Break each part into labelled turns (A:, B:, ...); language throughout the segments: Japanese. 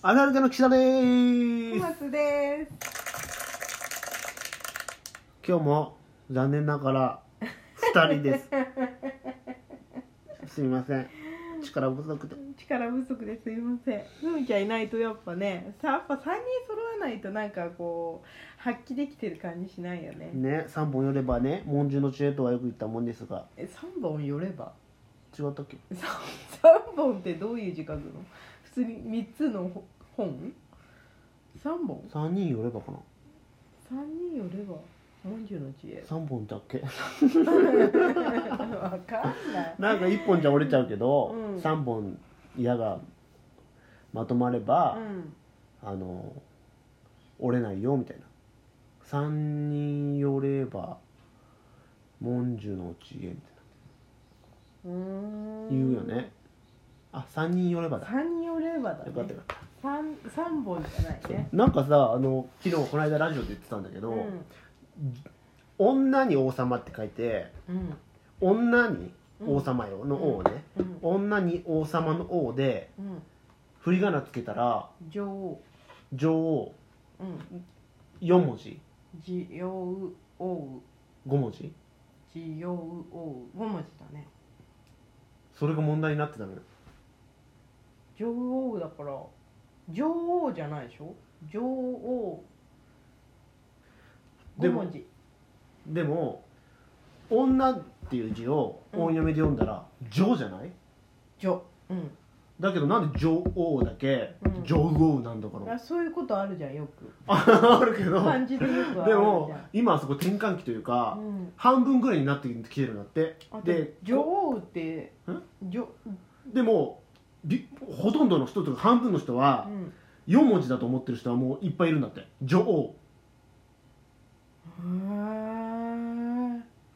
A: あるある家の岸田です
B: 小松で
A: 今日も残念ながら2人ですすみません力不足です
B: 力不足ですいませんふみちゃんいないとやっぱねさやっぱ3人揃わないとなんかこう発揮できてる感じしないよね
A: ね3本寄ればね文殊の知恵とはよく言ったもんですが
B: え3本寄れば
A: 違ったっけ
B: 3, 本ってどういう字書くの普通に3つのほ本 ?3 本
A: 3人寄ればかな
B: ?3 人寄れば40の知恵
A: 3本だっけ
B: わかんない
A: なんか1本じゃ折れちゃうけど、
B: うん
A: 3本矢がまとまれば、
B: うん
A: あの折れないよみたいな3人寄れば文殊の知恵み
B: うーん
A: たいな言うよねあ三3人寄ればだよ
B: 3人寄ればだね
A: かったよかっ
B: 三三本じゃない
A: た、
B: ね。
A: なんかさあの昨日この間ラジオで言ってたんだけど「
B: うん。
A: 女に王様」って書いて
B: うん。
A: 「女に王様よ」の王ね、
B: うん。
A: 女に王様の王で
B: うん。
A: 振り仮名つけたら
B: 女王。
A: 女王
B: うん。
A: 4文字
B: じよう王。
A: 5文字
B: じよう王。五文字だね。
A: それが問題になってたのよ
B: 女王だから。女王じゃないでしょ。女王。
A: で
B: 五
A: も
B: 文字。
A: でも「女」っていう字を音読みで読んだら「女」じゃない
B: 女。うん。
A: だけどなんで「女王」だけ
B: うん
A: 「女王」なんだか
B: あ、
A: ら、
B: そういうことあるじゃん、よく。
A: あるけど
B: 漢字でよく
A: で
B: あるじ
A: も
B: ゃん。
A: 今あそこ転換期というか、
B: うん。
A: 半分ぐらいになってきてるんだって
B: あと
A: で
B: 女王って。女。
A: でもびほとんどの人とか半分の人
B: う
A: は
B: ん。
A: 4文字だと思ってる人はもういっぱいいるんだって「女王
B: へ」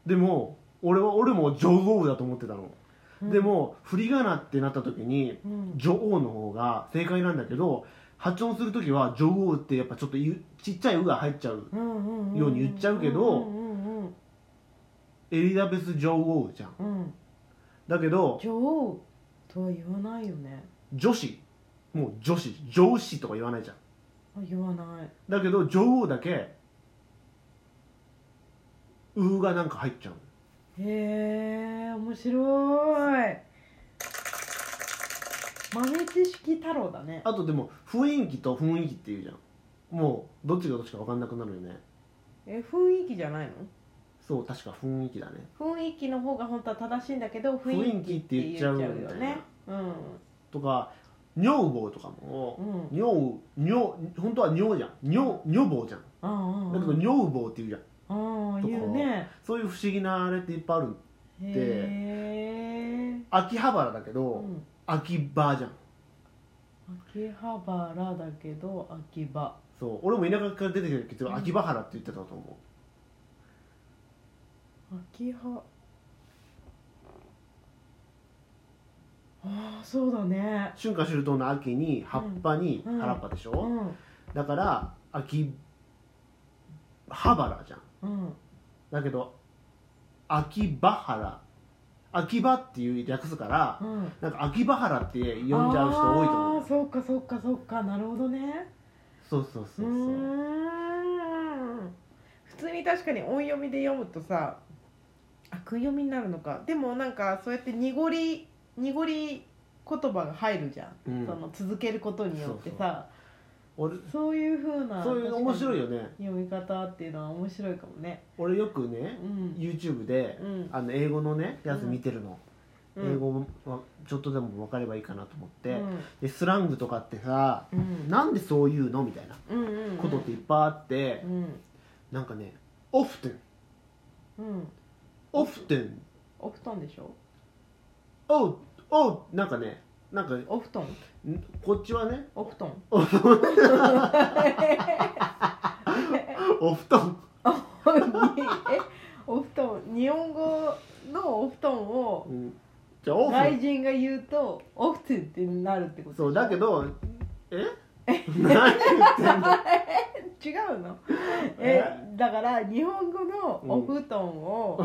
A: でも俺は俺も「女王」だと思ってたの、
B: ー
A: で。も振り仮名ってなった時に
B: うん。
A: 女王の方が正解なんだけど発音する時は女王ってやっぱちょっとゆちっちゃい「う」が入っちゃうよ
B: よ
A: うに言っちゃうけど
B: うん
A: エリザベス女王じゃん
B: うんうん
A: だけど
B: 女王とは言わないよね
A: 女子もう女子上司とか言わないじゃん
B: あ言わない
A: だけど女王だけ「う」がなんか入っちゃう
B: へえ面白い豆知識太郎だね
A: あとでも雰囲気と雰囲気っていうじゃんもうどっちがどっちか分かんなくなるよね
B: え雰囲気じゃないの
A: そう確か雰囲気だね
B: 雰囲気の方が本当は正しいんだけど雰囲気って言っちゃうよねうん
A: とか女房とかも
B: うん
A: 女房女本当は女じゃん女女房じゃん
B: ああ
A: だけど女房っていうじゃん
B: あああ言うね
A: そういう不思議なあれっていっぱいあるで
B: へえ
A: 秋葉原だけど、
B: うん
A: 秋葉じゃん
B: 秋葉原だけど秋葉
A: そう俺も田舎から出てきたけ
B: う
A: ど
B: ん
A: 秋葉原って言ってたと思
B: 秋葉ああそうだね
A: う春夏秋冬の秋に葉っぱに
B: うん
A: 原っぱでしょ、
B: うん
A: だから秋葉原じゃん
B: うん
A: だけど秋葉原秋葉っていう略すから
B: うん
A: なんか秋葉原って呼んじゃう人多いと思う
B: あーそっかそっかそっかなるほどね
A: そうそうそう
B: う
A: そう
B: ーん普通に確かに音読みで読むとさ悪読みになるのかでもなんかそうやって濁り濁り言葉が入るじゃん、
A: うん
B: その続けることによってさ
A: 俺
B: そういうふうな
A: そういう面白いよね
B: 読み方っていうのは面白いかもね
A: 俺よくね
B: うん
A: YouTube で
B: うん
A: あの英語のねやつ見てるの、
B: うん
A: 英語はちょっとでも分かればいいかなと思って、
B: うん
A: でスラングとかってさ
B: うん
A: なんでそういうのみたいな
B: うんうんうん
A: ことっていっぱいあって
B: う、ん
A: なんかね「often
B: うん」
A: 「often」
B: お布団でしょ
A: 「oh」「oh」なんかねなんかん
B: お布団
A: こっちはね
B: お布団
A: お布団お布団
B: えお布団日本語のお布団を
A: うんじゃあ「often
B: 外人が言うとお布団ってなるってこ」と
A: そうだけどえ何言ってんの
B: 違うのえだから日本語のお布団を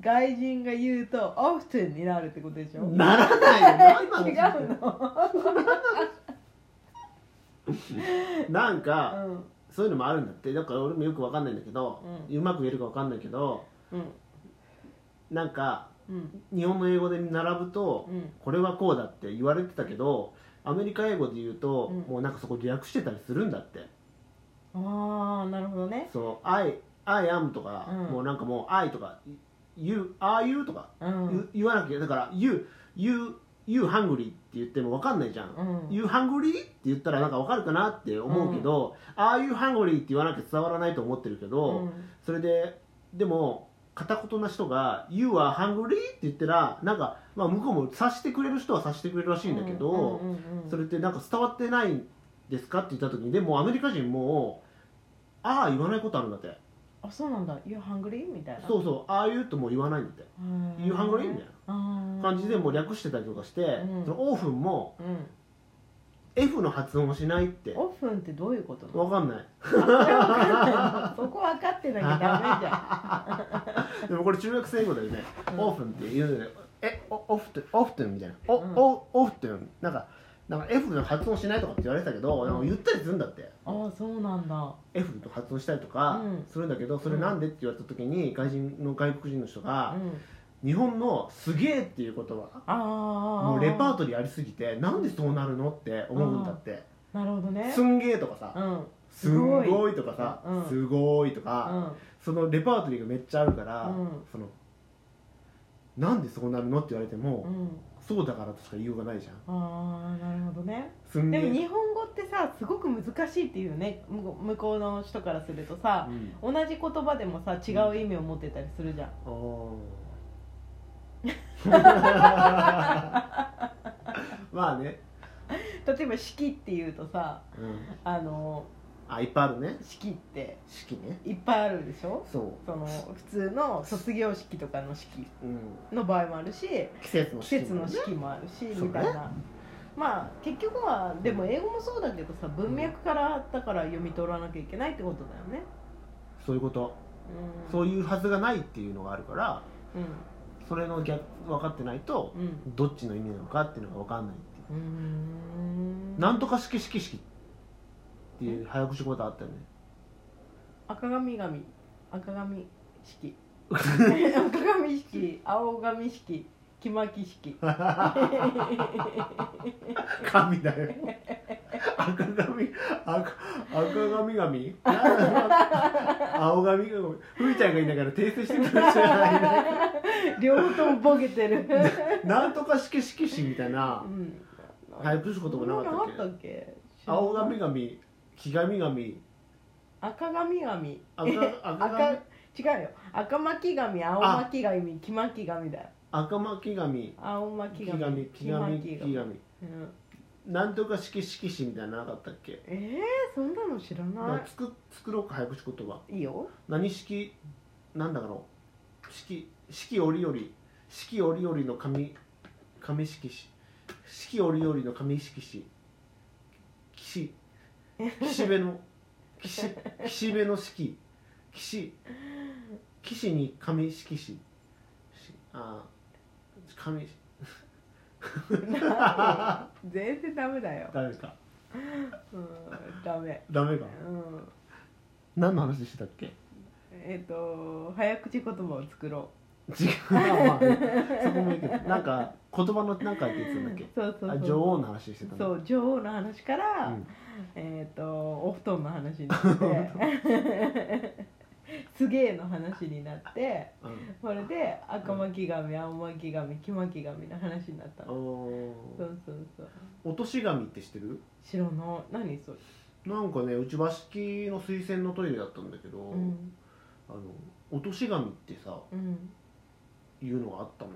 B: 外人が言うとお布団になるってことでしょ
A: ならないよ何なの
B: 違うの
A: なん
B: う
A: か
B: ん
A: そういうのもあるんだってだから俺もよくわかんないんだけど、
B: う
A: うまく言えるかわかんないけど
B: うん
A: なんか
B: うん
A: 日本の英語で並ぶと、
B: うん
A: これはこうだって言われてたけどアメリカ英語で言うと、
B: うん
A: もうなんかそこで略してたりするんだって
B: ああなるほどね
A: そう「I, I am」とか、
B: うん
A: もうなんかもう「I」とか「You」「Are you」とか
B: う
A: 言,、
B: ん
A: 言わなきゃだから「You」「You」「You hungry」って言ってもわかんないじゃん
B: う
A: 「
B: ん
A: You hungry?」って言ったらなんかわかるかなって思うけど「Are you hungry?」って言わなきゃ伝わらないと思ってるけど、
B: うん
A: それででも片言な人が「You are hungry?」って言ったらなんか、まあ、向こうも察してくれる人は察してくれるらしいんだけど、
B: うんうんうん
A: それってなんか伝わってないんですかって言った時にでもアメリカ人も「ああ」言わないことあるんだって
B: あそうなんだ「You hungry?」みたいな
A: そうそう「ああいう」とも言わないんだって
B: うー
A: 「
B: ん
A: You hungry?」みたい
B: あ
A: な
B: ー
A: 感じでもう略してたりとかして、
B: うん
A: そのオーフンも
B: うん、
A: F の発音をしないって
B: オフンってどういうことなの
A: わかんない
B: あ それ分かんないのそこ分かってなきゃダメ じゃ
A: でもこれ中学生英語だよね、
B: うん
A: オーフンって言うんだよねえおオフトオフトンみたいなお、
B: うん
A: おオフトンなんかなんか F の発音しないとかって言われてたけど、
B: うん
A: なんか言ったりするんだって
B: んああそうなんだ
A: F と発音したりとか
B: うん
A: するんだけど、それなんでって言われた時に外人の外国人の人
B: う
A: が、
B: ん
A: 日本の「すげえ」っていう言葉
B: ああ
A: もうレパー
B: ト
A: トリーありすぎてなんでそうなるのって思うんだって
B: なるほど
A: 「
B: ね
A: すんげえ」とかさ
B: うん
A: 「す
B: すご
A: ん
B: い
A: ごい」とかさ
B: うん
A: 「すごい」とか、
B: うん
A: そのレパートリーがめっちゃあるから、
B: うん
A: そのなんでそうなるのって言われても、
B: うん
A: そうだからとしか言いようがないじゃん
B: ああなるほどね
A: すんげ
B: で
A: え
B: も日本語ってさすごく難しいっていうよね向こう向こうの人からするとさ
A: うん
B: 同じ言葉でもさ違う意味を持ってたりするじゃん
A: あ ーまあね、
B: 例えば「式」っていうとさ
A: うん、
B: あの
A: あいっぱいあるね
B: 「式」って
A: 式ね
B: いっぱいあるでしょ
A: そ
B: その普通の卒業式とかの式
A: う、うん、
B: の場合もあるし
A: 季節の
B: 季
A: 式
B: 節の式もあるし
A: そうね
B: みたいなまあ結局はでも英語もそうだけどさ文脈からだから読み取らなきゃいけないってことだよね
A: そういうこと
B: うん
A: そういうはずがないっていうのがあるから
B: う
A: それの逆分かってないと
B: んうん
A: どっちの意味なのかっていうのが分かんないっていう
B: ーん
A: うなんとか式式式っていう早口言葉あったよね
B: 赤髪髪赤髪 式赤髪式青髪式木巻式
A: 神だよ 赤髪赤赤髪髪 な青髪髪ふみちゃんが言いながら訂正してくれる人じゃない ね
B: 両方ともボケ てる
A: なんとか式式式みたいな
B: うん
A: 早口言葉なかったっけ
B: っけ
A: 青髪髪黄髪髪
B: 赤髪髪
A: 赤赤
B: 赤
A: 髪
B: 違うよ赤巻紙青巻紙黄巻紙だよ
A: 赤巻髪
B: 青巻
A: 黄
B: 紙
A: 髪
B: 黄
A: 黄髪
B: 巻
A: 黄
B: 紙、
A: 髪
B: うん、
A: なんとか式式式みたいなのなかったっけ
B: えー、そんなの知ら
A: なん
B: な
A: か作作ろうか早口言葉
B: いいいよ
A: 何式なんだろう式式折々式折々の紙紙式紙式折々の紙式紙岸岸辺の岸岸辺の式岸岸に紙式紙しあー紙
B: な全然ダメだよ、
A: ダメか
B: うん、ダメ
A: ダメか
B: うん
A: 何の話してたっけ
B: えっ、と早口言葉を作ろ
A: 違うまあねそこもいいけどなんか言葉のなんかって言ってたんだっ
B: う
A: け
B: そうそう
A: あ
B: そう
A: 女王の話してたんだ
B: そう女王の話から、
A: うん
B: えっ、とお布団の話になって すげえの話になって
A: うん
B: それで赤巻紙青巻紙黄巻紙の話になった
A: あ
B: の
A: ー
B: そうそうそう
A: 落とし紙って知ってる
B: 知らない何それ
A: なんかねうち和式の水洗のトイレだったんだけど、
B: うん
A: あの落とし紙ってさ
B: うん
A: いうのがあったの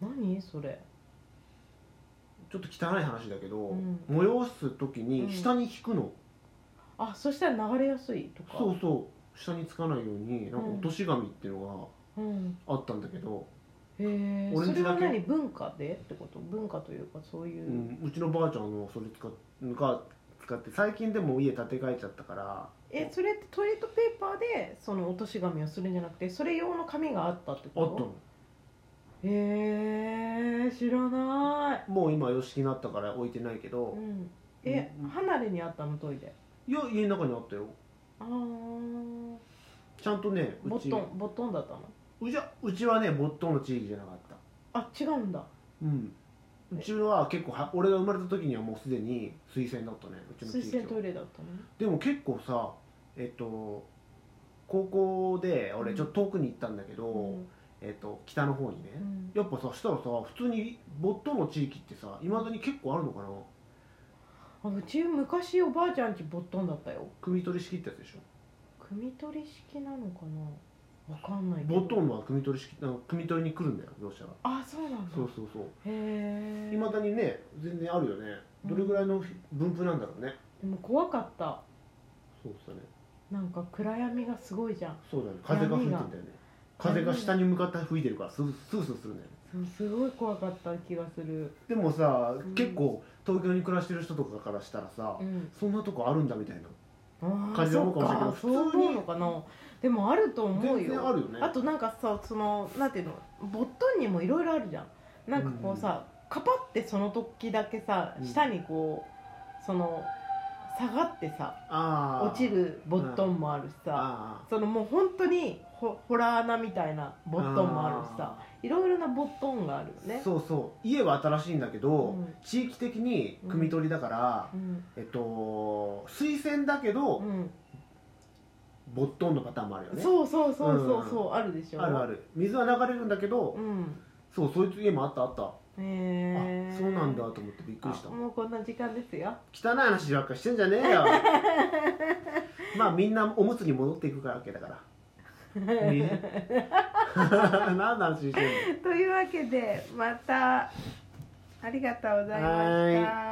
B: 何それ
A: ちょっと汚い話だけど、
B: うん
A: 催す時
B: うん
A: に下に引くの、
B: あそしたら流れやすいとか
A: そうそう下につかないようになんか落とし紙っていうの
B: う、ん、
A: があったんだけど、
B: へえ
A: オレ
B: そ
A: ン
B: れ
A: ジ
B: は
A: だけ
B: 何文化でってこと文化というかそういうう、
A: んうちのばあちゃんのそれ使っが使って最近でも家建て替えちゃったから
B: えそれってトイレットペーパーでその落とし紙をするんじゃなくてそれ用の紙があったって
A: あった
B: こ
A: の
B: とへえ知らない
A: もう今様式になったから置いてないけど、
B: うんえ、
A: うん
B: 離れにあったのトイレ
A: いや家の中にあったよ
B: ああ
A: ちゃんとね
B: ボ
A: う
B: ッ
A: ち
B: トンボットンだったの
A: うちはうちはねボットンの地域じゃなかった
B: あ違うんだ
A: うんうちのは結構は俺が生まれた時にはもうすでに推薦だったねうちの地域
B: 水洗
A: は
B: トイレだったの
A: でも結構さえっと高校で俺ちょっと遠くに行ったんだけど、
B: うん
A: えっと、北の方にね、
B: うん
A: やっぱさしたらさ普通にボットンの地域ってさいまだに結構あるのかな
B: あうち昔おばあちゃんちボットンだったよ
A: 組み取り式ってやつでしょ
B: 汲み取り式なのかなわかんないけど
A: ボットンは組み取り式あの組み取りに来るんだよ業者が、
B: あそうなんだ
A: そうそうそう
B: へえ
A: いまだにね全然あるよねどれぐらいの分布なんだろうね、
B: でも怖かった
A: そうだね
B: なんか暗闇がすごいじゃん
A: そうだね風が吹いてんだよね風が下に向かって吹いてるからスースースーするんだよね
B: そうすごい怖かった気がする
A: でもさ、
B: うん
A: 結構東京に暮らしてる人とかからしたらさ、
B: うん
A: そんなとこあるんだみたいな
B: ああ
A: 感じ
B: そ
A: の
B: う
A: 方かもしれない
B: か
A: けど
B: そう
A: 普通に
B: 思うのかなでもあると思う
A: 全然あ
B: よ
A: るよね
B: あとなんかさそのなんていうのボットンにもいろいろあるじゃんなんかこうさ、カパってその時だけさ
A: うん
B: 下にこう、その下がってさ
A: あー
B: 落ちるボットンもあるしさ
A: あ
B: そのもう本当にホホラー穴みたいな
A: ー
B: ボットンもあるしさいろいろなボットンがあるよね
A: そうそう家は新しいんだけど、
B: うん
A: 地域的に汲み取りだから、
B: うん
A: えっと推薦だけど、
B: うん
A: ボットンのパターンもあるよね
B: そうそうそうそうそう、あるでしょ
A: あるある水は流れるんだけど、
B: うん
A: そうそういう家もあったあった、
B: へえ
A: あそうなんだと思ってびっくりした
B: あもうこんな時間ですよ
A: 汚い話ばっかりしてんじゃねえよまあみんなおむつに戻っていくからわけだからね 何の話してんの
B: というわけでまたありがとうございま
A: は
B: し
A: ーい
B: た。